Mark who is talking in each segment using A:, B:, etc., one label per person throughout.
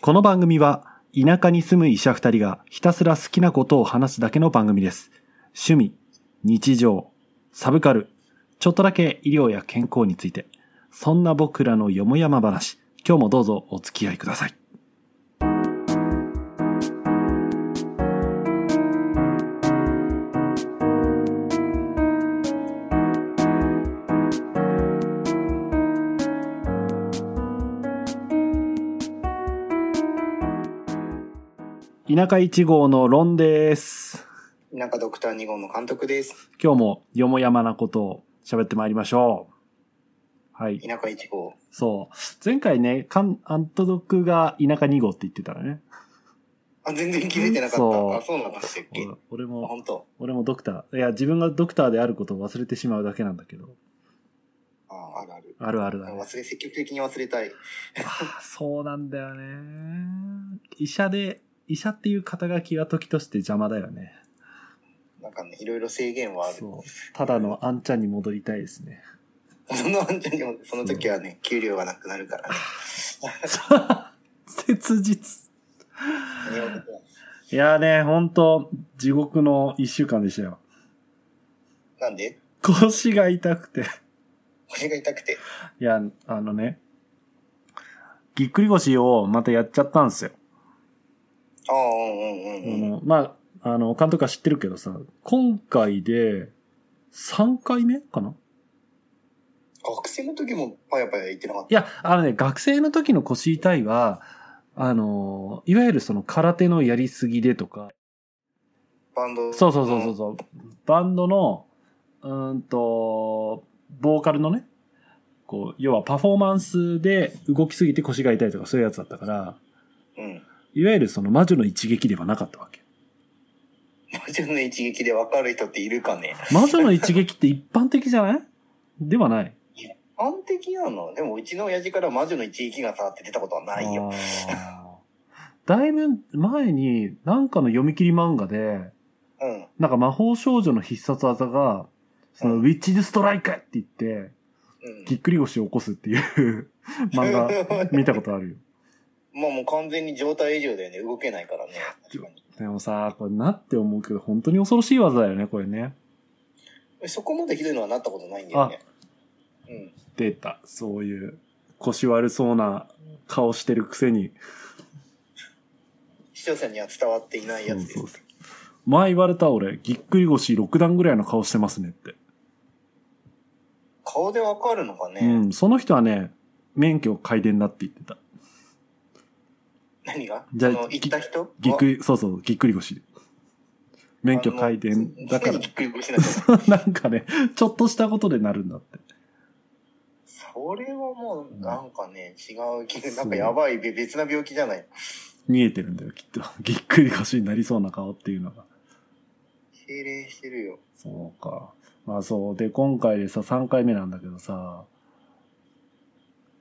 A: この番組は田舎に住む医者二人がひたすら好きなことを話すだけの番組です。趣味、日常、サブカル、ちょっとだけ医療や健康について、そんな僕らのよもやま話、今日もどうぞお付き合いください。田舎一号のロンです。
B: 田舎ドクター2号の監督です。
A: 今日もよもやまなことを喋ってまいりましょう。はい。
B: 田舎1号。
A: そう。前回ね、かん、アントドックが田舎2号って言ってたらね。
B: あ、全然気づいてなかっ
A: そう
B: た。あ、そうなんだったっけあ、
A: 俺も、
B: 本当。
A: 俺もドクター。いや、自分がドクターであることを忘れてしまうだけなんだけど。
B: あ、あるある。
A: あるあるだね。
B: 忘れ、積極的に忘れたい。
A: あーそうなんだよね。医者で、医者っていう肩書きが時として邪魔だよね。
B: なんかね、いろいろ制限はある。
A: そう。ただのあんちゃんに戻りたいですね。
B: そのあんちゃんにも、その時はね、給料がなくな るからね。
A: 切実。
B: 何を
A: いやーね、ほんと、地獄の一週間でしたよ。
B: なんで
A: 腰が痛くて。
B: 腰が痛くて。
A: いや、あのね、ぎっくり腰をまたやっちゃったんですよ。
B: ああ、うんうん
A: あ
B: うんうん。
A: の、まあ、あの、監督は知ってるけどさ、今回で3回目かな
B: 学生の時もパヤパヤ言ってなかっ
A: いや、あのね、学生の時の腰痛いは、あの、いわゆるその空手のやりすぎでとか、
B: た。バンド。
A: そうそうそうそうそう、バンドの、うーんと、ボーカルのね、こう、要はパフォーマンスで動きすぎて腰が痛いとかそういうやつだったから、
B: うん。うん。
A: いわゆるその魔女の一撃ではなかったわけ。
B: 魔女の一撃で分かる人っているかね
A: 魔女の一撃って一般的じゃないではない。
B: 安的なのでもうちの親父から魔女の一撃がさって出たことはないよ。
A: あーだいぶ前に、なんかの読み切り漫画で、
B: うん。
A: なんか魔法少女の必殺技が、その、
B: う
A: ウ
B: ん
A: ィッチズストライクって言って、
B: うん
A: ぎっくり腰を起こすっていう漫 画見たことあるよ。
B: まあもう完全に状態異常だよね。動けないからね。確か
A: でもさ、これなって思うけど、本当に恐ろしい技だよね、これね。
B: に。そこまでひどいのはなったことないんだよね。うん。
A: 出た。そういう、腰悪そうな顔してるくせに。
B: 視聴者には伝わっていないやつです。
A: そうそうそう前言われた俺、ぎっくり腰6段ぐらいの顔してますねって。
B: 顔でわかるのかね、
A: うん、その人はね、免許改伝だって言ってた。
B: 何が
A: じゃあ
B: その行った人
A: ぎっくり、そうそう、ぎっくり腰。免許改伝だか
B: 常
A: ら
B: にぎ。っくり腰なんじゃない
A: なんかね、ちょっとしたことでなるんだって。
B: それはもうなんかね、違う気がなんかやばいべ別な病気じゃない
A: 見えてるんだよ、きっと。ぎっくり腰になりそうな顔っていうのが。
B: 敬礼してるよ
A: そうか。まあそう。で、今回でさ、3回目なんだけどさ、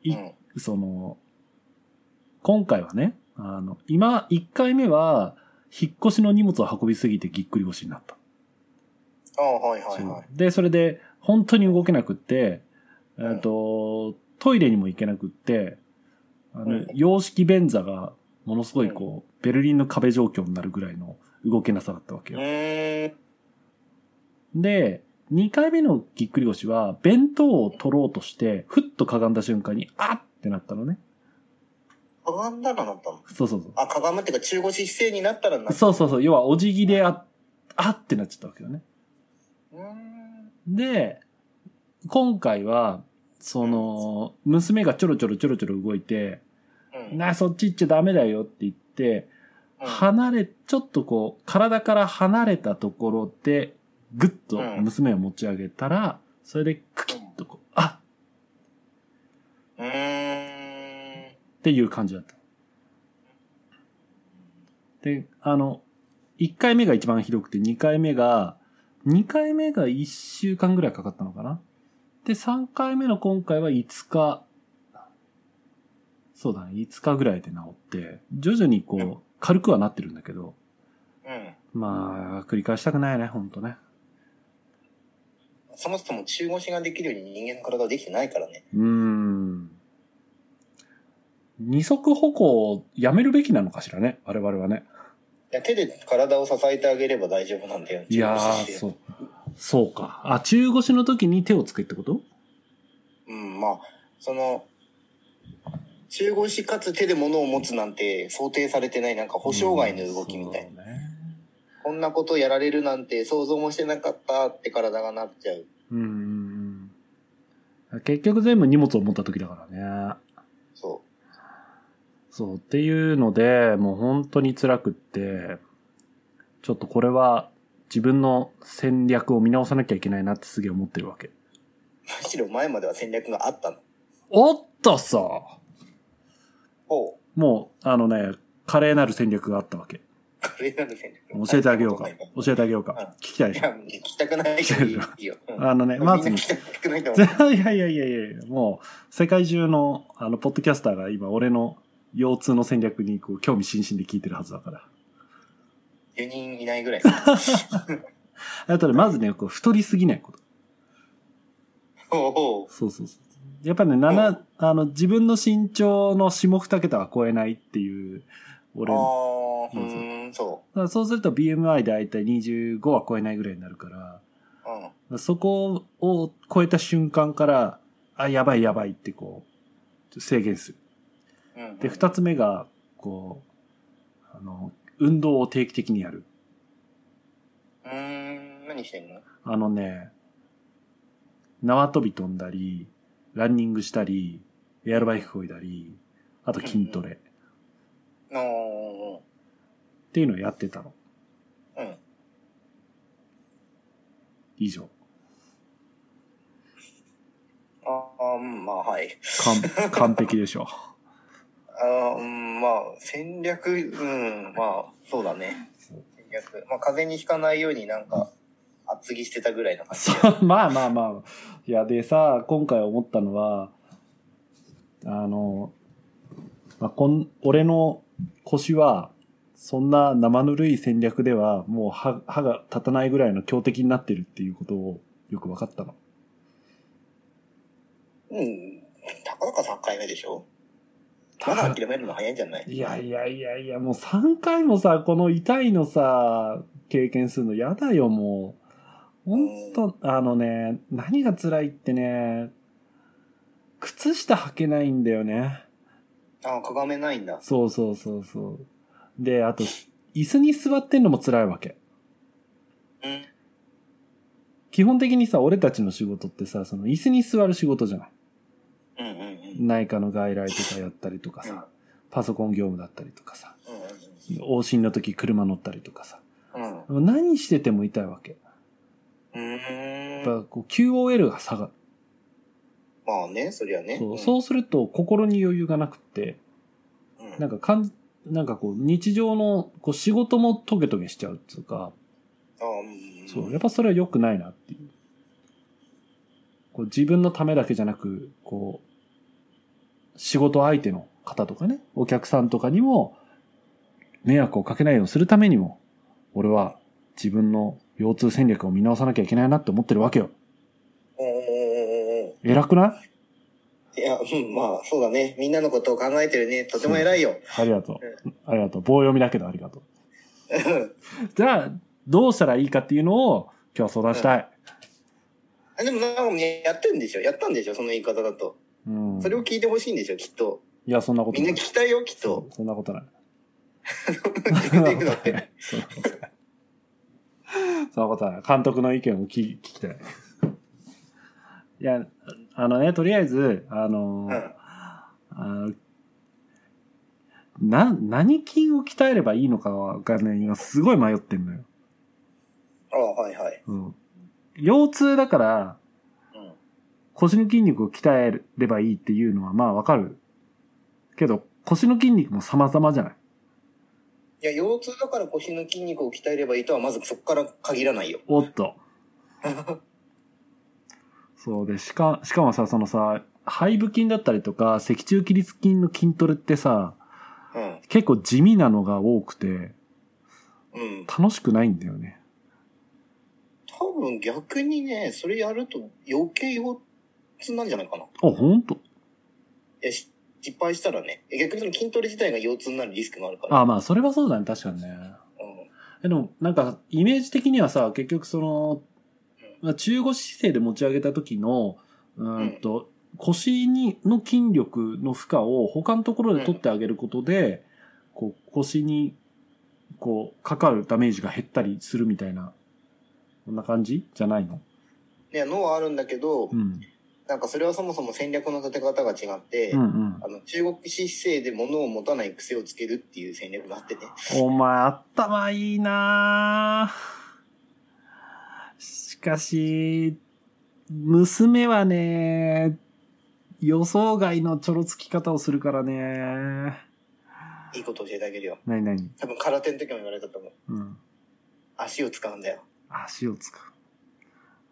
B: う
A: い
B: ん
A: その、今回はね、あの、今、1回目は、引っ越しの荷物を運びすぎてぎっくり腰になった。
B: ああはいはいは
A: そうで、それで、本当に動けなくって、えっ、と、トイレにも行けなくって、あ
B: う
A: の
B: ん、
A: 洋式便座が、ものすごいこう、ベルリンの壁状況になるぐらいの動けなさだったわけ
B: い
A: よ
B: う。ーん
A: で、2回目のぎっくり腰は、弁当を取ろうとして、ふっとかがんだ瞬間に、あっってなったのね。
B: かがんだらなったの
A: そうそうそう。
B: あかがむっていうか中腰姿勢になったらなった
A: そうそうそう。要は、お辞儀であ、あってなっちゃったわけよね。
B: うーん
A: で、今回は、その、娘がちょろちょろちょろちょろ動いて、
B: うん
A: な、そっち行っちゃダメだよって言って、
B: うん
A: 離れ、ちょっとこう、体から離れたところで、ぐっと
B: うん
A: 娘を持ち上げたら、それでクキッとこう、あっ
B: うーん
A: っていう感じだった。で、あの、1回目が一番ひどくて、2回目が、2回目が1週間ぐらいかかったのかなで、3回目の今回は5日、そうだね、5日ぐらいで治って、徐々にこ
B: うん
A: う、軽くはなってるんだけど、
B: うん
A: まあ、繰り返したくないね、ほんとね。
B: そもそも中腰ができるように人間の体はできてないからね。
A: うーん。二足歩行をやめるべきなのかしらね、我々はね。
B: いや手で体を支えてあげれば大丈夫なんだよ。
A: いや
B: 中
A: ー、
B: 腰
A: そう。そうか。あ、中腰の時に手をつくってこと
B: うん、まあ、その、中腰かつ手で物を持つなんて想定されてないなんか保障外の動きみたい
A: な。そ
B: な。
A: うね
B: こんなことやられるなんて想像もしてなかったって体がなっちゃう。
A: うんうんうん。結局全部荷物を持った時だからね。
B: そ
A: そう、っていうので、もう本当に辛くって、ちょっとこれは自分の戦略を見直さなきゃいけないなってすげえ思ってるわけ。
B: う。むしろ前までは戦略があったの。
A: おっとさ
B: ほう。
A: もう、あのね、華麗なる戦略があったわけ。
B: 華麗なる戦略。
A: 教えてあげようか
B: い。
A: 教えてあげようか。聞きたいでしょ
B: や、聞きたくないけどいいよ。うん
A: あのね、まず
B: みん、な聞きたくないと
A: い
B: 思う。
A: やいやいやいやいや、もう、世界中の、あの、ポッドキャスターが今、俺の腰痛の戦略に、こう、興味津々で聞いてるはずだから。
B: 4人いないぐらい。
A: あとね、まずね、こう、太りすぎないこと。
B: ほう。
A: そうそうそう。やっぱね、7、
B: うん
A: あの、自分の身長の下2桁は超えないっていう、俺、だか
B: あー、うーん、そ
A: らそうすると BMI で大体25は超えないぐらいになるから、
B: う。うん。
A: そこを超えた瞬間から、あ、やばいやばいってこう、制限する。
B: うん、
A: で、2つ目が、こう、あの、運動を定期的にやる。
B: うーん、何してんの
A: あのね、縄跳び飛んだり、ランニングしたり、エアロバイクこいだり、あと筋トレ。
B: の
A: っていうのをやってたの。
B: うん。
A: 以上。
B: ああ、うん、まあ、はい。
A: 完完璧でしょ。
B: ああ、うん、まあ、戦略、うん、まあ、そうだね。戦略。まあ、風邪にひかないようになんか、厚着してたぐらいの感じ。
A: そうまあまあまあ。いや、でさ、今回思ったのは、あの、まあ、こん、俺の腰は、そんな生ぬるい戦略では、もう歯、歯が立たないぐらいの強敵になってるっていうことをよく分かったの。
B: うん。たかだか3回目でしょまだ諦めるの早いんじゃない
A: いやいやいやいや、もう3回もさ、この痛いのさ、経験するの嫌だよ、もう。ほんと、あのね、何が辛いってね、靴下履けないんだよね。
B: ああ、かがめないんだ。
A: そうそうそうそう。で、あと、椅子に座ってんのも辛いわけ。
B: うん。
A: 基本的にさ、俺たちの仕事ってさ、その椅子に座る仕事じゃない。
B: うんうんうん。
A: 内科の外来とかやったりとかさ、パソコン業務だったりとかさ、
B: うん
A: 往診の時車乗ったりとかさ。
B: うんうん。
A: 何してても痛いわけ。
B: うん。
A: や
B: う
A: っ
B: ーん。
A: ぱこう QOL が下がる。
B: まあね、そりゃね。
A: そうそうすると心に余裕がなくって、
B: うん。うん
A: なんかかん、なんかこう日常のこう仕事もトゲトゲしちゃうっていうか、
B: ああ、うん。
A: そう、やっぱそれは良くないなっていう。こう自分のためだけじゃなく、こう、仕事相手の方とかね、お客さんとかにも迷惑をかけないようにするためにも、俺は自分の腰痛戦略を見直さなきゃいけないなって思ってるわけよ。
B: おーおーおーおー
A: 偉くない
B: いや、うん、まあ、そうだね。みんなのことを考えてるね。とても偉いよ。
A: ありがとう。ありがとう。棒読みだけどありがとう。じゃあ、どうしたらいいかっていうのを今日は相談したい。
B: あでもなんかねやってんでしょやったんでしょその言い方だと。
A: うん。
B: それを聞いてほしいんでしょきっと。
A: いや、そんなこと
B: みん
A: な
B: ない聞。きたいよ、きっ
A: そ
B: と。
A: うそんなことない。
B: 聞いていくだって。
A: そんなことない。そんなことない。監督の意見を聞き聞きたい。いや、あのね、とりあえず、あのー、
B: うん。
A: あのな、何筋を鍛えればいいのかがね、今すごい迷ってんのよ。
B: ああ、はいはい。
A: うん。腰痛だから、
B: うん。
A: 腰の筋肉を鍛えればいいっていうのはまあわかる。けど、腰の筋肉も様々じゃない。
B: いや、腰痛だから腰の筋肉を鍛えればいいとは、まずそこから限らないよ。
A: おっと。そうで、しか、しかもさ、そのさ、背部筋だったりとか、脊柱起立筋の筋トレってさ、
B: うん。
A: 結構地味なのが多くて、
B: うん。
A: 楽しくないんだよね。
B: 多分逆にね、それやると余計腰痛なんじゃないかな。い
A: あ、ほんと
B: や、し失敗したらね、え逆にその筋トレ自体が腰痛になるリスクもあるから。
A: あ、まあ、それはそうだね。確かにね。
B: うん。
A: でも、なんか、イメージ的にはさ、結局その、まあ中腰姿勢で持ち上げた時の、うーんと、腰に、の筋力の負荷を他のところで取ってあげることで、こう、腰に、こう、かかるダメージが減ったりするみたいな、こんな感じじゃないの
B: ね、脳はあるんだけど
A: う、ん。
B: なんかそれはそもそも戦略の立て方が違って、
A: うんうん。
B: あの、中国式姿勢で物を持たない癖をつけるっていう戦略があってね。
A: お前、頭いいなぁしかし、娘はね、予想外のちょろつき方をするからね。
B: いいこと教えてあげるよ。
A: なになに
B: 多分空手の時も言われたと思う。
A: うん。
B: 足を使うんだよ。
A: 足を使う。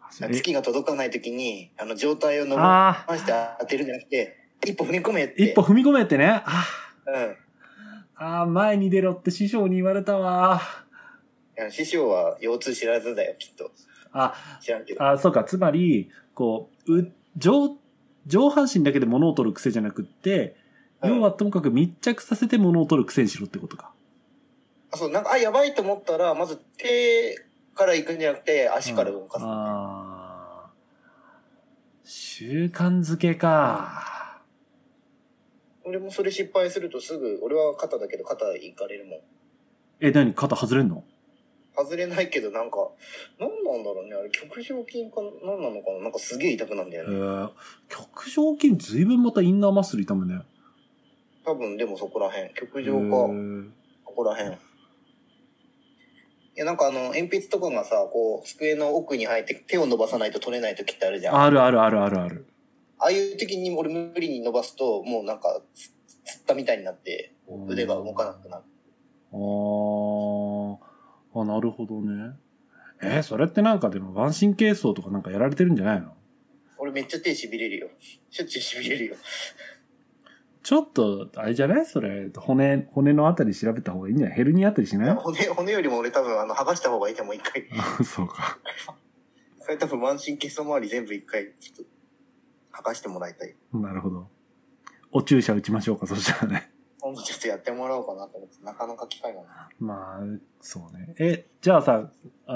A: 足え
B: 月が届かない時に、あの、上体を伸ば
A: ああ、
B: して当てるんじゃなくて、一歩踏み込めって。
A: 一歩。踏み込めってね。あ
B: うん。
A: あー、前に出ろって師匠に言われたわ。
B: いや師匠は腰痛知らずだよ、きっと。
A: あ、
B: 知らんけど。
A: あそうか。つまり、こう、う、上、上半身だけで物を取る癖じゃなくって、要はともかく密着させて物を取る癖にしろってことか。
B: あそう、なんか、あ、やばいと思ったら、まず手から行くんじゃなくて、足から動かす。
A: ああ。習慣づけか。
B: 俺もそれ失敗するとすぐ、俺は肩だけど肩行かれるもん。
A: え、何肩外れんの
B: 外れないけど、なんか、なんなんだろうね、あれ、極上筋か、なんなのかななんかすげえ痛くなんだ
A: え
B: よね。
A: ー、極上筋ずいぶんまたインナーマッスル痛むね。
B: 多分、でもそこら辺。極上
A: へ
B: か、
A: ー
B: ここら辺。いや、なんかあの、鉛筆とかがさ、こう、机の奥に入って手を伸ばさないと取れない時ってあるじゃん。あ
A: あるあるあるあるある。
B: あいう時に俺無理に伸ばすと、もうなんか、つつったみたいになって、腕が動かなくなる。
A: あーあ、なるほどね。えーそれってなんかでも腕神経層とかなんかやられてるんじゃないの
B: 俺めっちゃ手痺れるよ。しょっちゅう痺れるよ。
A: ちょっと、あれじゃないそれ、骨、骨のあたり調べた方がいいんじゃないヘルニアあたりしない
B: 骨、骨よりも俺多分、あの、剥がした方がいいと思う、一回。
A: そうか。
B: それ多分、満身血相周り全部一回、ちょっと、剥がしてもらいたい。
A: なるほど。お注射打ちましょうか、そしたらね。
B: 今度ちょっとやってもらおうかなと思って、なかなか機会がない。
A: まあ、そうね。え、じゃあさ、あ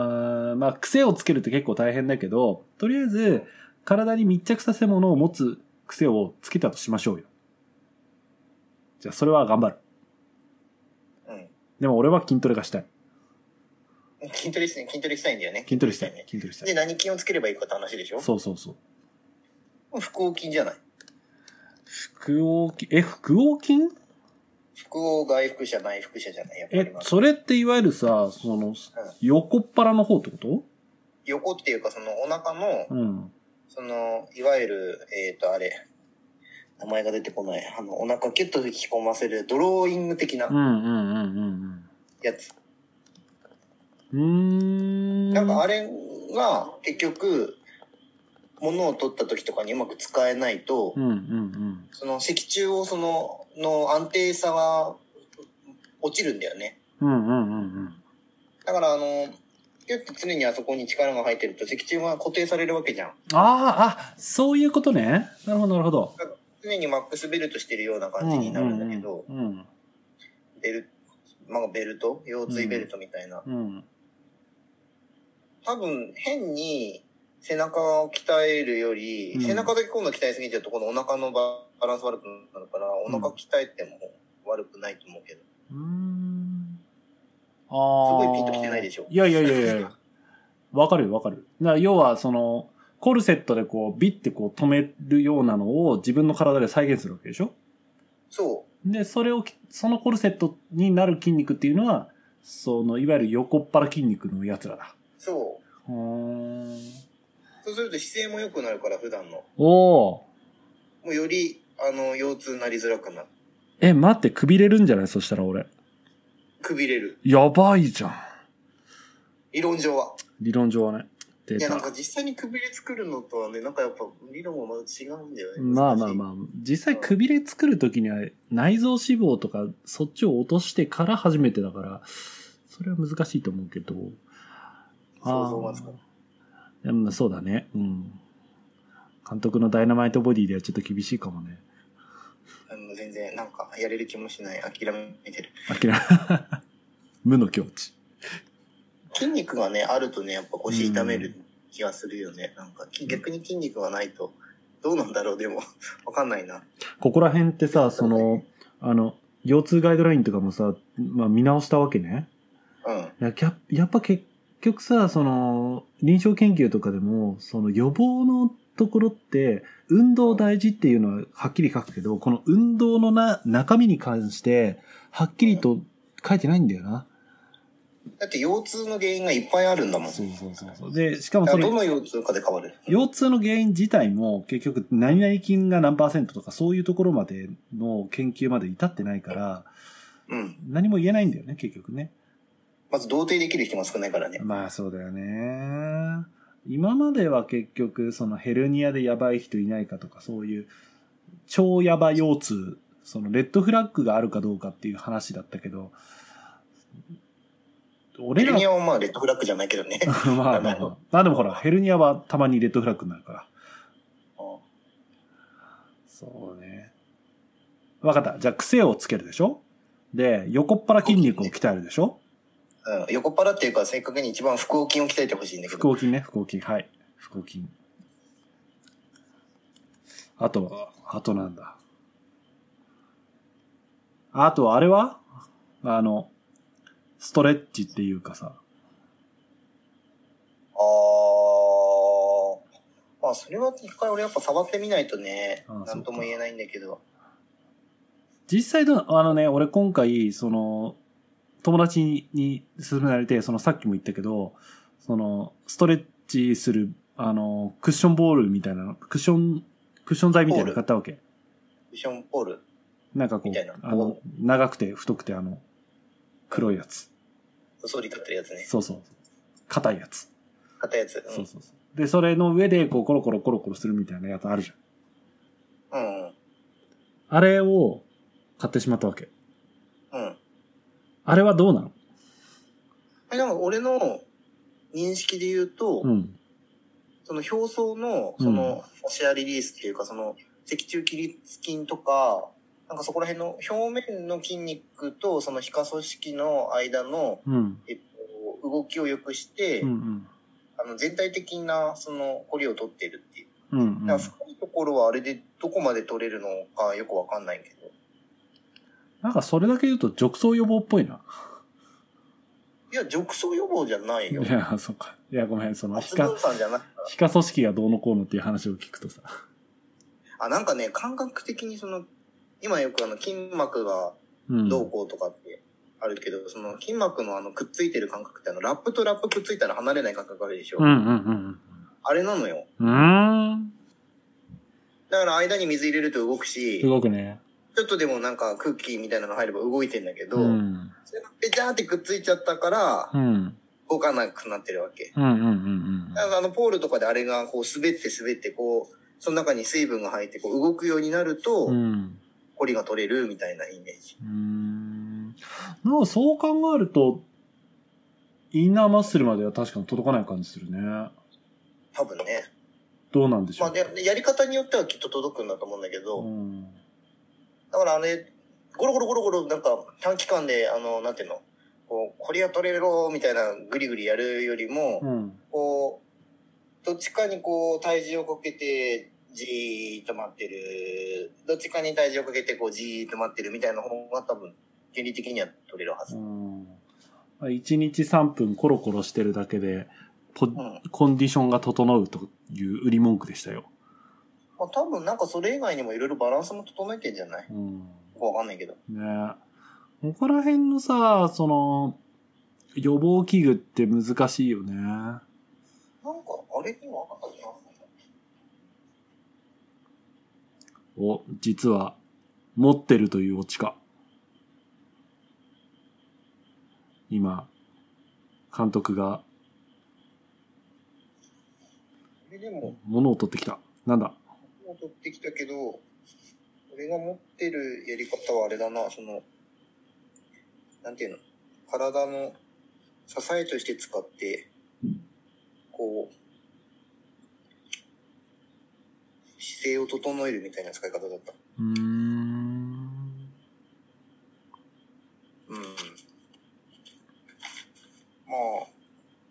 A: ーまあ、癖をつけるって結構大変だけど、とりあえず、体に密着させるものを持つ癖をつけたとしましょうよ。じゃあ、それは頑張る。
B: う
A: でも俺は筋トレがしたい。
B: ん。筋トレしたい、筋トレしたいんだよね。
A: 筋トレしたい
B: ね。。
A: 筋トレした
B: で、
A: い。
B: 何筋をつければいいかって話でしょ
A: そうそうそう。
B: 腹横筋じゃない。
A: 腹横筋、え、腹横筋
B: 腹横外腹者、内腹者じゃない。やっぱり
A: え
B: ま、あ
A: それっていわゆるさ、その、横っ腹の方ってこと
B: 横っていうか、そのお腹の、
A: うん。
B: その、いわゆる、えっ、と、あれ、名前が出てこない。あの、お腹キュッと引き込ませる、ドローイング的な
A: うんうんうんうん
B: やつ。
A: うん。うーん。
B: なんかあれが、結局、物を取った時とかにうまく使えないと、
A: うんうんうん。
B: その脊柱をその、の安定さが落ちるんだよね。
A: うんうんうんうん。
B: だからあの、ギュッと常にあそこに力が入ってると脊柱が固定されるわけじゃん。
A: ああ、あ、そういうことね。なるほど、なるほど。
B: 常にマックスベルトしてるような感じになるんだけど、
A: うんうん
B: ベル、まあベルト腰椎ベルトみたいな。
A: うん、うん。
B: 多分変に背中を鍛えるより、
A: うん
B: 背中だけ今度鍛えすぎちゃうとこのお腹のババランス悪くなるから、お腹鍛えても悪くないと思うけど。
A: うーん。ああ。
B: すごいピンときてないでしょ
A: いやいやいやいや。わかるよ、わかる。な要は、その、コルセットでこう、ビッてこう止めるようなのを自分の体で再現するわけでしょ
B: そ
A: で、それをき、そのコルセットになる筋肉っていうのは、その、いわゆる横っ腹筋肉のやつらだ。
B: う、そう。
A: うーん。
B: そうすると姿勢も良くなるから、普段の。
A: おー。
B: もうより、あの、腰痛になりづらくなる。
A: え、待って、くびれるんじゃないそしたら俺。
B: くびれる。
A: やばいじゃん。
B: 理論上は。
A: 理論上はね。デ
B: いや、
A: ー
B: なん
A: タ。
B: か実際にくびれ作るのとはね、なんかやっぱ理論はまだ違うんだよね。
A: まあまあ
B: あ。
A: まあ、実際くびれ作るときには内臓脂肪とかそっちを落としてから初めてだから、それは難しいと思うけど。
B: 想像がつかない
A: あーでもそうだね。うん。監督のダイナマイトボディではちょっと厳しいかもね。
B: あの全然なんかやれる気もしない諦めてる
A: 諦め、 無の境地。
B: 筋肉がねあるとねやっぱ腰痛める気がするよね、なんかき逆に筋肉がないとどうなんだろうでも わかんないな
A: ここら辺ってさ、その、あの、腰痛ガイドラインとかもさ、まあ見直したわけね。
B: うん
A: いややっやっぱ結局さ、その、臨床研究とかでも、その予防のところって、運動大事っていうのははっきり書くけど、この運動のな中身に関して、はっきりと書いてないんだよな。
B: だって腰痛の原因がいっぱいあるんだもん
A: うそうそうそう。で、しかも
B: だか
A: そ
B: らど
A: の、
B: の腰痛かで変わる
A: 腰痛の原因自体も結局何々菌が何パーセントとかそういうところまでの研究まで至ってないから、
B: うん
A: 何も言えないんだよね、結局ね。
B: まず同定できる人も少ないからね
A: まあそうだよね。今までは結局、そのヘルニアでやばい人いないかとか、そういう超やば腰痛、そのレッドフラッグがあるかどうかっていう話だったけど、
B: ヘ
A: 俺
B: ル
A: ら
B: ニ、アはまあレッドフラッグじゃないけど ね
A: まあまあまあ、まあでもほら、ヘルニアはたまにレッドフラッグになるから。
B: う
A: そうね。わかった。じゃあ癖をつけるでしょで、横っ腹筋肉を鍛えるでしょ
B: ん、横っ腹っていうか正確に一番腹横筋を鍛えてほしいんだけ
A: 腹
B: ど
A: 横筋ね、腹横筋。はい。腹横筋。あと、あとなんだ。あと、あれはあの、ストレッチっていうかさ。
B: ああまあそれは一回俺やっぱ触ってみないとね
A: あー
B: なんとも言えないんだけど
A: 実際の、あのね、俺今回、その、友達にに勧められて、そのさっきも言ったけど、その、ストレッチする、あの、クッションボールみたいなの、クッション、クッション材みたいなの買ったわけ。
B: クッションポール
A: なんかこ
B: みたいな
A: う、あの、長くて太くてあの、黒いやつ。
B: 嘘で食ってるやつね
A: そうそう。硬いやつ。
B: 硬いやつ
A: そうそうそう。で、それの上で、こう、コロコロコロコロするみたいなやつあるじゃん。
B: うんうん
A: あれを買ってしまったわけ。
B: うん
A: あれはどうなの
B: えでも俺の認識で言うと、
A: うん。
B: その表層の、その、シェアリリースっていうか、その、脊柱起立筋とか、なんかそこら辺の表面の筋肉と、その皮下組織の間の、
A: うん。
B: えっと、動きを良くして、
A: うんうん。
B: あの、全体的な、その、凝りを取ってるっていう。
A: うん、うん。
B: だから深いところはあれでどこまで取れるのかよくわかんないけど。
A: なんかそれだけ言うと、褥瘡予防っぽいな。
B: いや、褥瘡予防じゃない
A: い
B: よ。
A: や、そうか。いや、ごめん。その、皮
B: 発
A: 下
B: 分、散じゃない。
A: 皮下組織がどうのこうのっていう話を聞くとさ。
B: あ、なんかね、感覚的にその、今よくあの、筋膜が、
A: うん。
B: どうこうとかってあるけど、その筋膜のあのくっついてる感覚ってあのラップとラップくっついたら離れない感覚あるでしょ、
A: うんうんうん
B: あれなのよ。
A: うん。う
B: だから間に水入れると動くし、
A: ーん。動くね。
B: ちょっとでもなんか空気みたいなの入れば動いてんだけど、
A: うん。
B: それがペチャーってくっついちゃったから
A: うん。うん
B: 動かなくなってるわけ。
A: うんうんうん。
B: だからあのポールとかであれがこう滑って滑ってこう、その中に水分が入ってこう動くようになると
A: う、ん。
B: コリが取れるみたいなイメージ。
A: うーんなんかそう考えると、インナーマッスルまでは確かに届かない感じするね。
B: 多分ね。
A: どうなんでしょ
B: ま
A: う。
B: あで、やり方によってはきっと届くんだと思うんだけど、
A: うん。
B: だからあれ、ゴロゴロゴロゴロ、なんか短期間で、あの、なんていうの、こう、これは取れろ、みたいな、ぐりぐりやるよりも、
A: うん。
B: こう、どっちかにこう、体重をかけて、じーっと待ってる、どっちかに体重をかけて、こう、じーっと待ってるみたいな方が多分、原理的には取れるはず。
A: うん。1日3分コロコロしてるだけで、ポ
B: うん。
A: コンディションが整うという売り文句でしたよ。
B: まあ多分、なんかそれ以外にもいろいろバランスも整えてんじゃない
A: うん。
B: よくわかんないけど。
A: ねここら辺のさ、その、予防器具って難しいよね。
B: なんか、あれにはわかんないな。
A: を、実は、持ってるというオチか。今、監督が
B: これでも、
A: 物を取ってきた。なんだ
B: も取ってきたけど、俺が持ってるやり方はあれだな、その、なんていうの、体の支えとして使って、こう、姿勢を整えるみたいな使い方だった。
A: うーん。
B: まあ、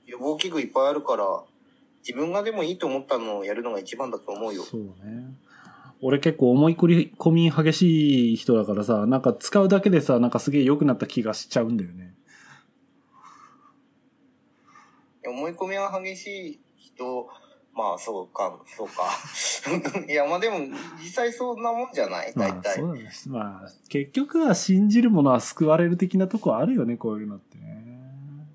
B: 予防器具いっぱいあるから、自分がでもいいと思ったのをやるのが一番だと思うよ。
A: そうね。俺結構思い込み激しい人だからさ、なんか使うだけでさ、なんかすげえ良くなった気がしちゃうんだよね。
B: 思い込みは激しい人、まあそうか、そうか。 いや、まあでも、実際そんなもんじゃない
A: ま
B: 大
A: あ、
B: 体。
A: そうだね。まあ、結局は信じるものは救われる的なとこあるよね、こういうのってね。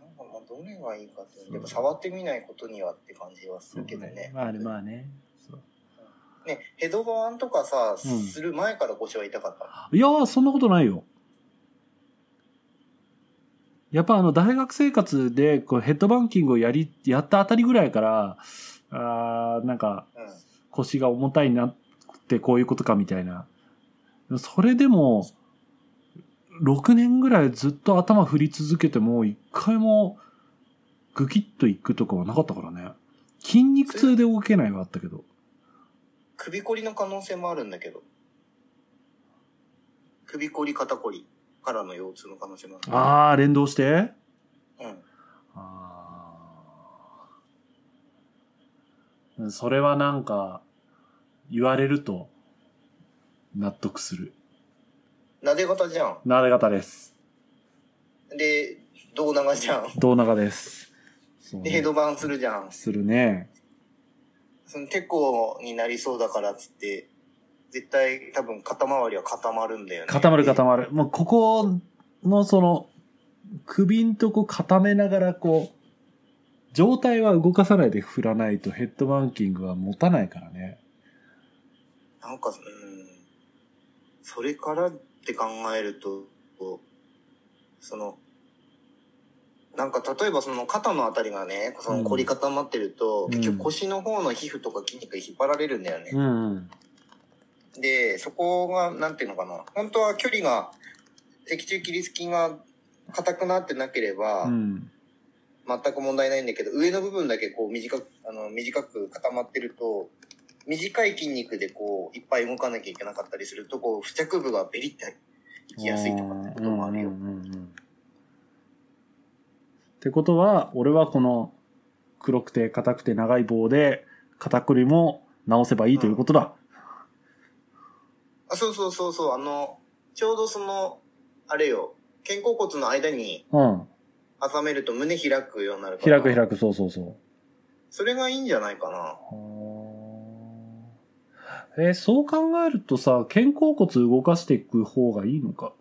B: なんかまあどれがいいかって、でも触ってみないことにはって感じはするけどね。
A: まあね、まあね。そう
B: ね、ヘドバーンとかさ、
A: うん
B: する前から腰は痛かった。
A: いやー、そんなことないよ。やっぱあの、大学生活で、こう、ヘッドバンキングをやり、やったあたりぐらいから、あーなんか、
B: うん。
A: 腰が重たいなってこういうことかみたいな。それでも、6年ぐらいずっと頭振り続けても、一回もグキッといくとかはなかったからね。筋肉痛で動けないはあったけど。
B: 首こりの可能性もあるんだけど。首こり、肩こりからの腰痛の可能性もある。
A: あー、連動して
B: うん。
A: あーそれはなんか、言われると、納得する。
B: 撫で方じゃん。
A: なで方です。
B: で、胴長じゃん。
A: 胴長です。そう
B: で、
A: ね
B: ヘドバーンするじゃん。
A: するね。
B: その、てこになりそうだからっつって、絶対多分肩周りは固まるんだよね。
A: 固まる固
B: ま
A: まる。もうここのその、首んとこ固めながらこう、状態は動かさないで振らないとヘッドバンキングは持たないからね。
B: る。なんか、うん。それからって考えると、こうその、なんか例えばその肩のあたりがね、その凝り固まってると、
A: うん
B: 結局腰の方の皮膚とか筋肉に引っ張られるんだよね。
A: うん。
B: で、そこが、なんていうのかな。本当は距離が、脊柱起立筋が硬くなってなければ、
A: うん。
B: 全く問題ないんだけど、上の部分だけこう短く、あの、短く固まってると、短い筋肉でこう、いっぱい動かなきゃいけなかったりすると、こう、付着部がベリっていきやすいとかってこともあるよ。
A: うんうんうんうんってことは、俺はこの黒くて硬くて長い棒で肩こりも直せばいいということだ。
B: あ、そうそうそうそう、あの、ちょうどその、あれよ、肩甲骨の間に
A: うん。
B: 挟めると胸開くようになるから。
A: 開く開く、そうそうそう。
B: それがいいんじゃないかな。
A: えーそう考えるとさ、肩甲骨動かしていく方がいいのか。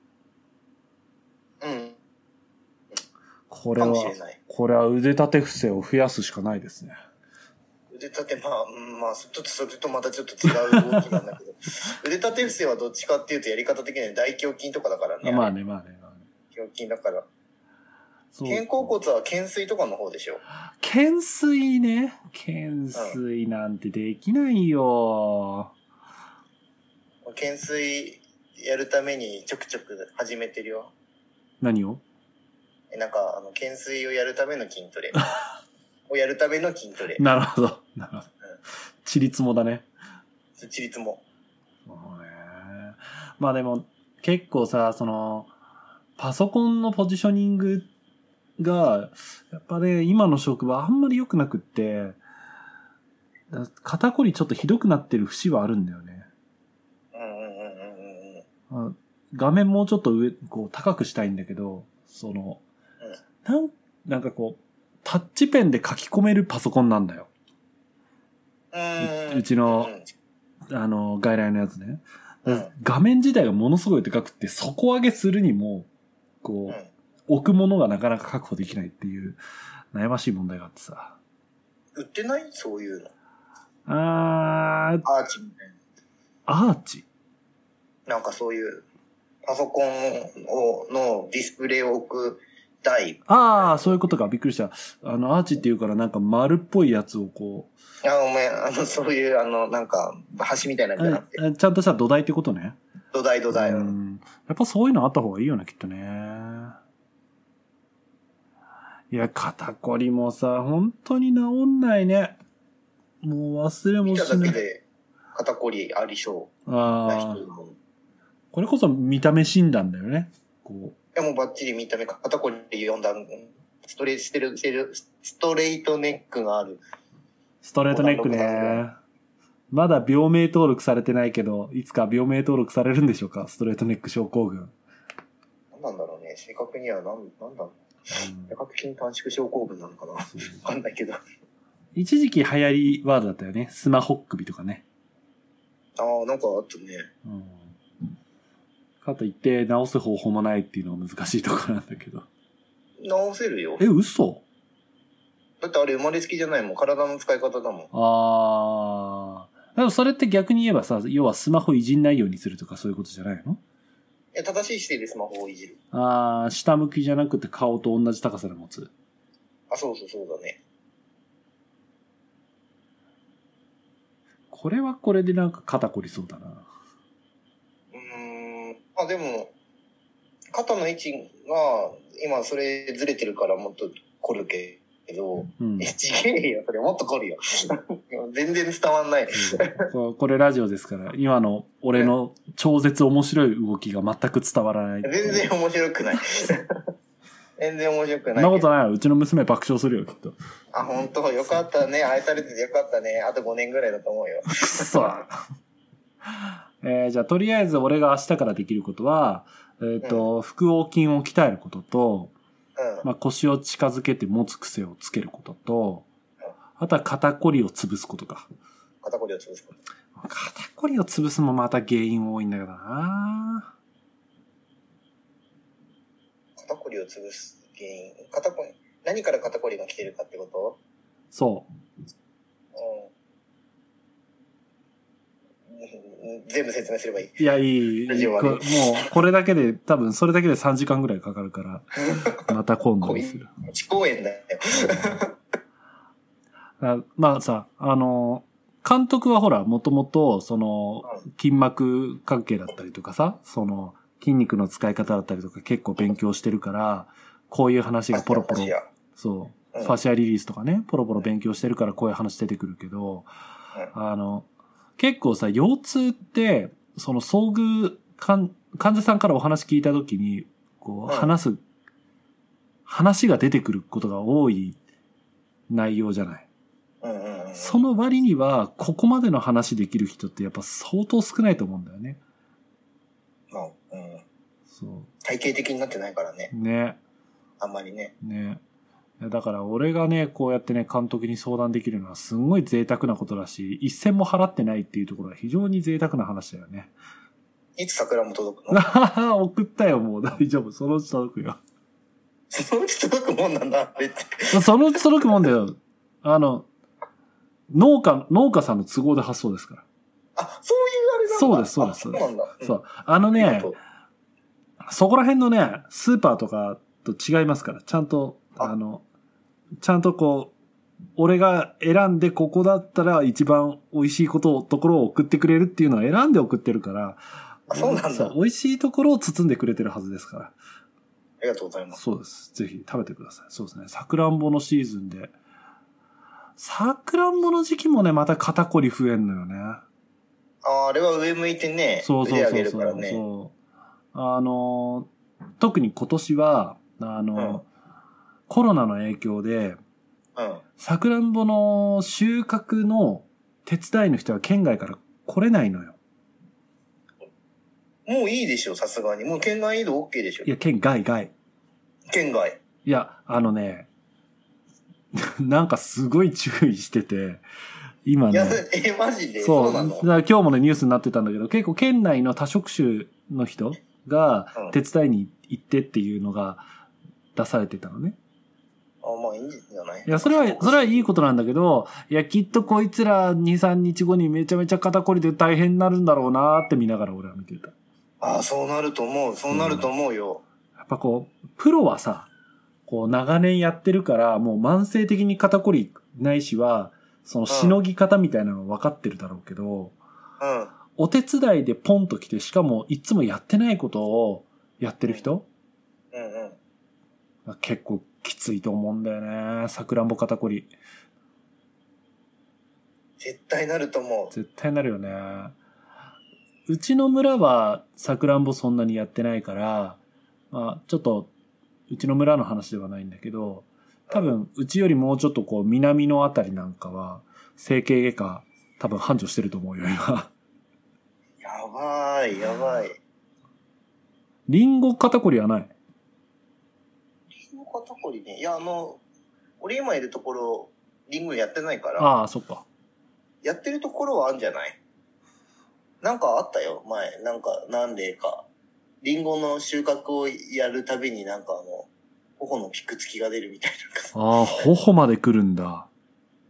B: うん。
A: これ
B: か
A: は
B: も、しれない。
A: これは腕立て伏せを増やすしかないですね。
B: 腕立て、まあ、うんまあ、ちょっとそれとまたちょっと違う動きなんだけど、 腕立て伏せはどっちかっていうとやり方的には大胸筋とかだからね。
A: まあね、まあね、まあね。
B: 胸筋だから。
A: そう
B: 肩甲骨は懸垂とかの方でしょ。
A: 懸垂ね。懸垂なんてできないよ。
B: 懸垂やるためにちょくちょく始めてるよ。
A: 何を
B: えなんか、あの、懸垂をやるための筋 トレ。をやるための筋トレ。
A: なるほど。なるほど。ちりつもだね。
B: ちりつも。
A: そうね。まあでも、結構さ、その、パソコンのポジショニングが、やっぱね、今の職場あんまり良くなくって、だ肩こりちょっとひどくなってる節はあるんだよね。
B: うんうんうんうんうんうん。
A: あ画面もうちょっと上、こう高くしたいんだけど、その、なん、なんかこう、タッチペンで書き込めるパソコンなんだよ。
B: うんうん
A: うちの
B: うん
A: あの、外来のやつね。だ
B: うん
A: 画面自体がものすごいでかくって、底上げするにも、こう、
B: うん
A: 置くものがなかなか確保できないっていう悩ましい問題があってさ。
B: 売ってないそういうの。
A: あー、
B: アーチみたいな。
A: アーチ
B: なんかそういう、パソコンを、のディスプレイを置く台。
A: あー、そういうことか。びっくりした。あの、アーチっていうからなんか丸っぽいやつをこう、
B: あ、お前、あの、そういう、あの、なんか、橋みたいなんじゃな
A: あ
B: くて、
A: あちゃんとした土台ってことね。
B: 土台土台。う。
A: うんん。やっぱそういうのあった方がいいよね、きっとね。いや、肩こりもさ、本当に治んないね。もう忘れも
B: 見
A: した
B: だ
A: な
B: け
A: い。
B: で、肩こりありそ
A: あ
B: うな
A: あ
B: 人。も。
A: これこそ見た目診断だよね。こう、
B: や、もうバッチリ見た目、肩こりで4段、ストレートしてる、してる、ストレートネックがある。
A: ストレートネックね。まだ病名登録されてないけど、いつか病名登録されるんでしょうかストレートネック症候群。
B: なんなんだろうね。正確にはなん、なんだろう。
A: うん
B: 多角筋短縮症候群なのかなわかんないけど。あ
A: 一時期流行りワードだったよね。スマホっ首とかね。
B: あ、なんかあったね。
A: うんかといって治す方法もないっていうのは難しいところなんだけど。
B: 直せるよ
A: え、。嘘
B: だってあれ生まれつきじゃないもん。体の使い方だもん。
A: あー。でもそれって逆に言えばさ、要はスマホいじんないようにするとかそういうことじゃないの
B: え、正しい姿勢でスマホをいじる。
A: あー、下向きじゃなくて顔と同じ高さで持つ。
B: あ、そうそうそうだね。
A: これはこれでなんか肩こりそうだな。
B: うーん。まあでも、肩の位置が、今それずれてるからもっと凝るけど、
A: うん
B: え、。ちげえよ。それもっと凝るよ。 全然伝わんない。
A: ここれラジオですから、今の俺の超絶面白い動きが全く伝わらない。
B: 全然面白くない。 全然面白く
A: そ
B: なんい。
A: なことないよ。うちの娘爆笑するよ、きっと。
B: あ、本当よかったね。愛されててよかったね。あと5年ぐらいだと思うよ。
A: くっそ。えーじゃあ、とりあえず俺が明日からできることは、えっ、と、腹横筋を鍛えることと、
B: うん。
A: まあ、腰を近づけて持つ癖をつけることと、あとは肩こりを潰すことか。
B: 肩こりを潰すこと。
A: 肩こりを潰すもまた原因多いんだけどな
B: 肩こりを潰す原因。肩こり、何から肩こりが来てるかってこ
A: そう。
B: とうんうん。全部説明すればいい。
A: いや、いい、いい
B: ラジオ
A: こ
B: は
A: も
B: ね
A: う、これだけで、多分、それだけで3時間ぐらいかかるから、また今度にする。
B: 自公演だよ。
A: あまあさ、あの、監督はほら、もともと、その、筋膜関係だったりとかさ、その、筋肉の使い方だったりとか結構勉強してるから、こういう話がポロポロ
B: 足、や
A: そうう、フ
B: ん
A: ァシアリリースとかね、ポロポロ勉強してるからこういう話出てくるけど、あの、結構さ、腰痛って、その遭遇、患患者さんからお話聞いたときに、こう、
B: うん
A: 話す、話が出てくることが多い内容じゃない。
B: うんうんうん。
A: その割には、ここまでの話できる人ってやっぱ相当少ないと思うんだよね。
B: まあうん。
A: そ
B: 体系的になってないからね
A: う。。ね。
B: あんまりね。
A: ね。いやだから俺がね、こうやってね、監督に相談できるのはすんごい贅沢なことだし、一銭も払ってないっていうところは非常に贅沢な話だよね。
B: いつ桜も届くの
A: 送ったよ、もう大丈夫。そのうち届くよ。
B: そのうち届くもんなんだ、あれって。
A: そのうち届くもんだよ。あの、農家、農家さんの都合で発送ですから。
B: あ、そういうあれなんだ。
A: そうですそうです
B: あそうなんだ。ん
A: そう。あの
B: あり
A: ね
B: がと、う
A: そこら辺のね、スーパーとかと違いますから、ちゃんと、
B: あ
A: あの、ちゃんとこう、俺が選んでここだったら一番美味しいことを、ところを送ってくれるっていうのは選んで送ってるから、
B: あそうなんだ
A: そ美味しいところを包んでくれてるはずですから。
B: ありがとうございます。
A: そうです。ぜひ食べてください。そうですね。さくらんぼのシーズンで。さくらんぼの時期もね、また肩こり増えんのよね。
B: あーあれは上向いてね、
A: そうそう
B: 腕上
A: そ
B: げ
A: う
B: る
A: そ
B: から
A: う、
B: ね。
A: そうあのー、特に今年は、あのー
B: うん
A: コロナの影響で、
B: うん。
A: さくらんぼの収穫の手伝いの人は県外から来れないのよ。
B: もういいでしょ、さすがに。もう県外移動 OK でしょ
A: い。や、県外外。
B: 県外。
A: いや、あのね、 なんかすごい注意してて、今
B: いや
A: ね。、
B: え、マジで
A: そ。
B: そうう
A: だ
B: な
A: か
B: の
A: ら今日もね、ニュースになってたんだけど、結構県内の多職種の人が
B: うん
A: 手伝いに行ってっていうのが出されてたのね。
B: あ、まあいいんじゃない
A: いや、それは、それはいいことなんだけど、いや、きっとこいつら2、3日後にめちゃめちゃ肩こりで大変になるんだろうなーって見ながら俺は見てた。
B: あーそうなると思う。そうなると思うよ。
A: やっぱこう、プロはさ、こう長年やってるから、もう慢性的に肩こりないしは、そのしのぎ方みたいなのは分かってるだろうけど、
B: うん。
A: お手伝いでポンと来て、しかもいつもやってないことをやってる人、
B: うんうん。
A: 結構きついと思うんだよね。さくらんぼ肩こり。
B: 絶対なると思う。
A: 絶対なるよね。うちの村はさくらんぼそんなにやってないから、ままあ、ちょっと、うちの村の話ではないんだけど、多分、うちよりもうちょっとこう、南のあたりなんかは、整形外科、多分繁盛してると思うよ、今。
B: やばい、やばい。
A: リンゴ肩こりはない。
B: リンゴ肩こりね。いや、あの、俺今いるところ、リンゴやってないから、
A: ああ、そっか。
B: やってるところはあるんじゃないなんかあったよ、前。なんか、何例か。リンゴの収穫をやるたびになんかあの、頬のピクつきが出るみたい
A: ああ、頬まで来るんだ。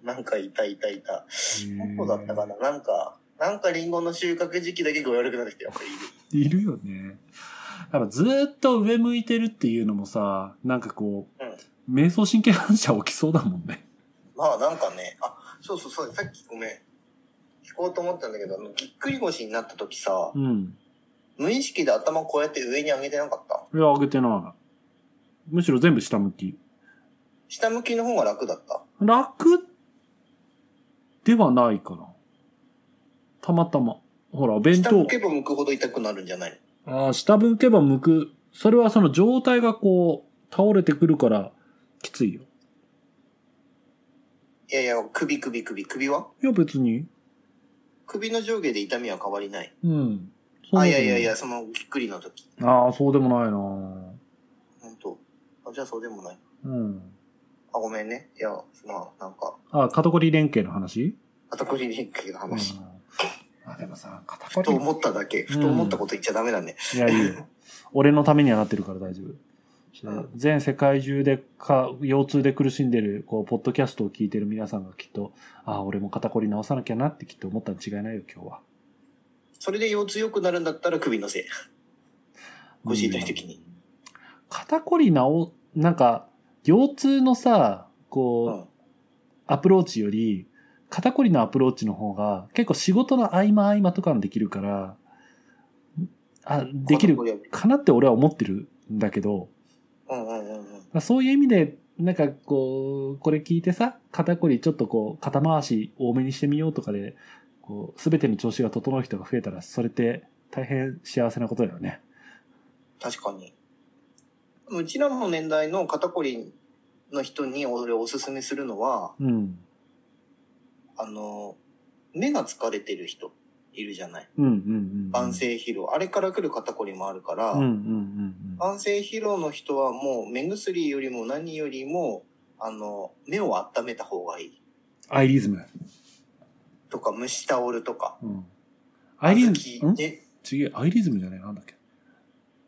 B: な。なんかいたいたいた。
A: へ
B: 頬だったかななんか、なんかリンゴの収穫時期だけ具合悪くなってきたよ。
A: いるよね。やっぱずーっと上向いてるっていうのもさ、なんかこう、瞑想神経反射起きそうだもんね。
B: まあなんかね、あ、そうそうそう、さっきごめん。聞こうと思ったんだけど、あの、ぎっくり腰になった時さ、
A: うん。
B: 無意識で頭こうやって上に上げてなかった
A: いや、上げてない。むしろ全部下向き。
B: 下向きの方が楽だった。
A: 楽ではないかな。たまたま。ほら、お弁
B: 下
A: 当
B: 向。けば向くほど痛くなるんじゃないの
A: ああ、下向けば向く。それはその状態がこう、倒れてくるから、きついよ。
B: いやいや、首首首、首はい
A: や、別に。
B: 首の上下で痛みは変わりない。
A: うん。そう
B: あ、
A: でもない
B: やいやいや、そのぎっくりの時。
A: ああ、そうでもないな
B: ほんと。あ、じゃあそうでもない。
A: うん。
B: あ、ごめんね。いや、まあ、なんか、
A: あ、肩こり連携の話
B: 肩こりにくいの話。
A: うんあ、でもさ、肩
B: ふと
A: こ
B: 思っただけ、ふと思ったこと言っちゃダメだね。
A: り。いや、いい よ。俺のためにはなってるから大丈夫。
B: うん
A: 全世界中でか、腰痛で苦しんでる、こう、ポッドキャストを聞いてる皆さんがきっと、ああ、俺も肩こり直さなきゃなってきっと思ったに違いないよ、今日は。
B: それで腰痛良くなるんだったら首のせい。腰痛い時に。
A: 肩こり直、なんか、腰痛のさ、こう、
B: うん。
A: アプローチより、肩こりのアプローチの方が、結構仕事の合間合間とかもできるから、あ、できる
B: 肩こりは
A: かなって俺は思ってるんだけど、
B: うんうんうんうん。
A: まあそういう意味で、なんかこう、これ聞いてさ、肩こりちょっとこう、肩回し多めにしてみようとかで、こう、すべての調子が整う人が増えたら、それって大変幸せなことだよね。
B: 確かに。うちらの年代の肩こりの人に俺おすすめするのは、
A: うん。
B: あの、目が疲れてる人いるじゃない。
A: うんうんうん。
B: 慢。性疲労。あれから来る肩こりもあるから、
A: うんうんうん
B: 慢性疲労の人はもう目薬よりも何よりも、あの、目を温めた方がいい。
A: うん。アイリズム。
B: とか、蒸しタオルとか。
A: うん。アイリズ
B: 小
A: ム、
B: 豆
A: ん
B: ね、
A: 違う、アイリズムじゃないなんだっけ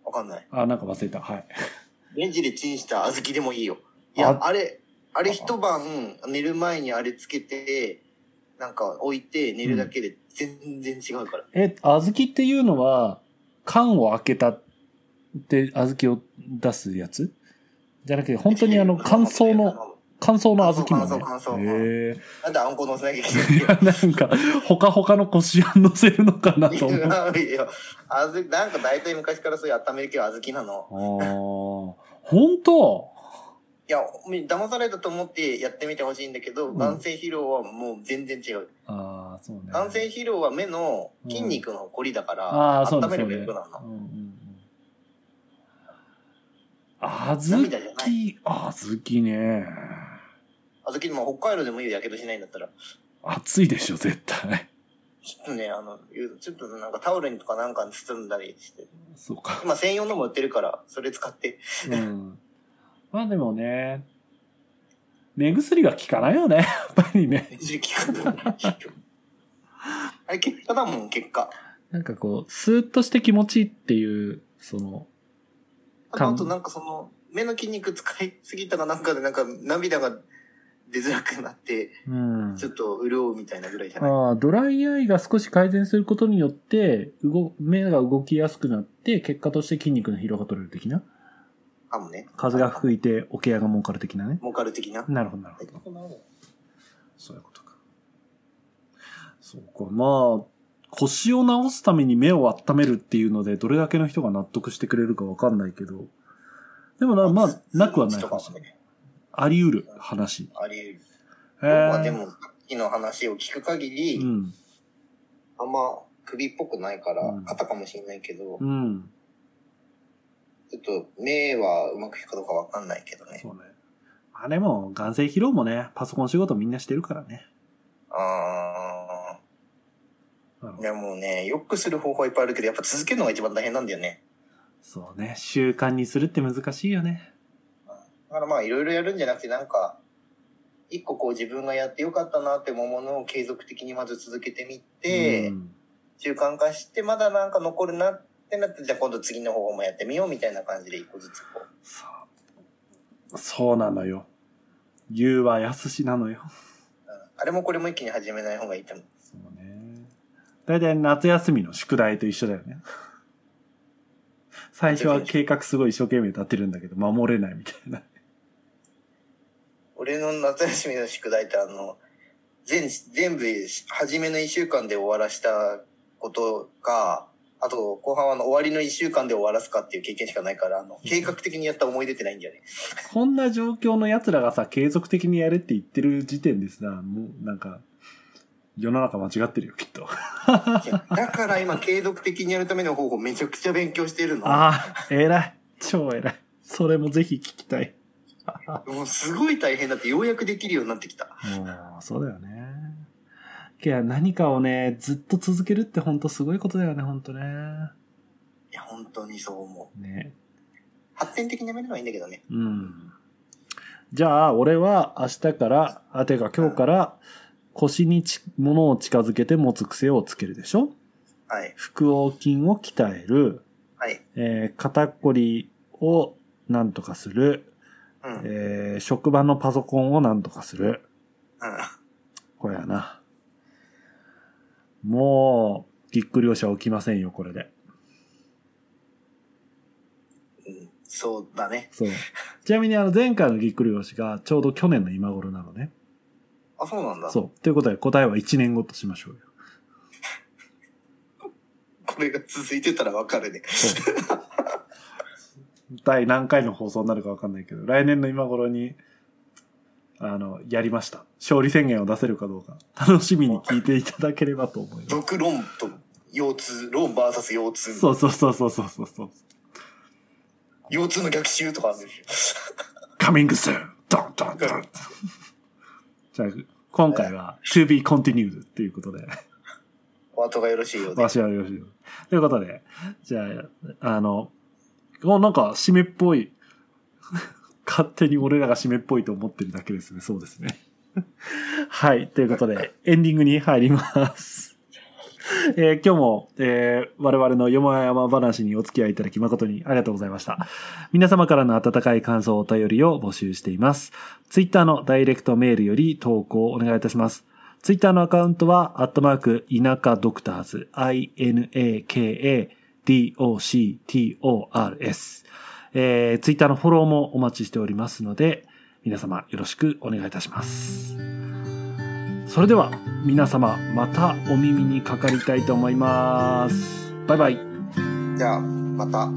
B: わかんない。
A: あ、なんか忘れた。はい。
B: レンジでチンした小豆でもいいよ。いや、
A: あ
B: あれ、あれ一晩寝る前にあれつけて、なんか置いて寝るだけで全然違うから。
A: え、小豆っていうのは、缶を開けたって、小豆を出すやつじゃなくて、本当にあの、乾燥の、。乾燥の小豆もね。
B: 乾燥乾燥乾
A: へ
B: なんであんこ乗せなきゃいけ
A: え。いや、なんか、ほかほかのこしあん乗せるのかなと
B: ない
A: 思 う。
B: のいやあずなんか大体昔からそういう温める系は小豆なの。
A: あー本当
B: いや、騙されたと思ってやってみてほしいんだけど、
A: うん
B: 眼性疲労はもう全然違う。
A: ああ、そうね。
B: 眼性疲労は目の筋肉のこりだから、
A: ああ、そう
B: 温
A: ね。
B: め
A: そ
B: れ
A: う
B: ば
A: ね
B: よくなるの。
A: うんうんうん小豆
B: 涙じゃな、
A: 小豆ね。
B: 小豆でも北海道でもいいよ、やけどしないんだったら。
A: 熱いでしょ、絶対。
B: ちょっとね、あの、ちょっとなんかタオルにとかなんかに包んだりして。
A: そうか。
B: 今専用のも売ってるから、それ使って。
A: うん。まあでもね、目薬が効かないよね。やっぱりね。
B: あれ結果だもん、結果。
A: なんかこう、スーッとして気持ちいいっていう、その、
B: あとあとなんかその、目の筋肉使いすぎたかなんかでなんか涙が出づらくなって、
A: うん。
B: ちょっと潤うみたいなぐらいじゃない
A: ああ、ドライアイが少し改善することによって、動、目が動きやすくなって、結果として筋肉の疲労が取れる的な。
B: かもね。
A: 風が吹いて、桶屋が儲かる的なね。
B: 儲かる的な。
A: なるほど、なるほど。そういうことか。そうか。まあ、腰を治すために目を温めるっていうので、どれだけの人が納得してくれるかわかんないけど、でもな、まあ、なくはない
B: とか
A: 話
B: も。ね。
A: あり得る話。
B: あり
A: へ
B: 得る。まあで
A: え。
B: も、さっきの話を聞く限り、
A: うん。
B: あんま首っぽくないから
A: うん、
B: 肩かもしれないけど、
A: うん。
B: ちょっと、目はうまくいくかどうかわかんないけどね。
A: そうね。まあでも、眼性疲労もね、パソコン仕事みんなしてるからね。
B: あ
A: うん
B: ー。いやもうね、よくする方法はいっぱいあるけど、やっぱ続けるのが一番大変なんだよね。
A: そうね。習慣にするって難しいよね。
B: だからまあ、いろいろやるんじゃなくて、なんか、一個こう自分がやってよかったなって思うものを継続的にまず続けてみて、
A: うん
B: 習慣化して、まだなんか残るなってなって、じゃあ今度次の方法もやってみようみたいな感じで一個ずつこう。
A: そうそうなのよ。言うはやすしなのよ。
B: うんあれもこれも一気に始めない方がいいと思う。
A: そうね。だいたい夏休みの宿題と一緒だよね。最初は計画すごい一生懸命立てるんだけど、守れないみたいな。
B: 俺の夏休みの宿題ってあの、全、全部、初めの一週間で終わらしたことか、あと、後半はあの終わりの一週間で終わらすかっていう経験しかないから、あの、計画的にやった思い出ってないん だよね。
A: こんな状況の奴らがさ、継続的にやれって言ってる時点でさ、もうなんか、世の中間違ってるよ、きっと。
B: いやだから今、継続的にやるための方法めちゃくちゃ勉強してるの。
A: ああ、偉い。超偉い。それもぜひ聞きたい。
B: もうすごい大変だって、ようやくできるようになってきた。
A: もう、そうだよね。いや、何かをね、ずっと続けるって本当すごいことだよね、本当ね。
B: いや、本当にそう思う。
A: ね。
B: 発展的にやめるのはいいんだけどね。
A: うん。じゃあ、俺は明日から、あ、てか今日から、腰にち物を近づけて持つ癖をつけるでしょ
B: はい。
A: 腹横筋を鍛える。
B: はい。
A: えー肩こりをなんとかする、
B: うん。うん。
A: えー職場のパソコンをなんとかする。これやな。もう、ぎっくり腰は起きませんよ、これで。
B: うんそうだね。
A: そう。ちなみにあの前回のぎっくり腰がちょうど去年の今頃なのね。
B: あ、そうなんだ。
A: そう。ということで答えは1年後としましょうよ。
B: これが続いてたらわかるね。
A: そう第何回の放送になるかわかんないけど、来年の今頃に、あの、やりました。勝利宣言を出せるかどうか、楽しみに聞いていただければと思います。
B: 毒論と腰痛、論 VS 腰痛。
A: そうそうそうそうそうそうそう。
B: 腰痛の逆襲とかあるんですよ。
A: カミングス o n ドンドンド ンじゃあ、今回は to be continued ということで、
B: お後がよろしいようで。
A: わしはよろしいよ。ということで、じゃあ、あの、お、なんか締めっぽい。勝手に俺らが締めっぽいと思ってるだけですね。そうですね。はい。ということで、エンディングに入ります。えー今日も、えー我々のよもやま話にお付き合いいただき誠にありがとうございました。皆様からの温かい感想、お便りを募集しています。ツイッターのダイレクトメールより投稿をお願いいたします。ツイッターのアカウントは、アットマーク、田舎ドクターズ、i-n-a-k-a-d-o-c-t-o-r-s。えー、ツイッターのフォローもお待ちしておりますので、皆様よろしくお願いいたします。それでは、皆様、またお耳にかかりたいと思います。バイバイ。
B: じゃあ、また。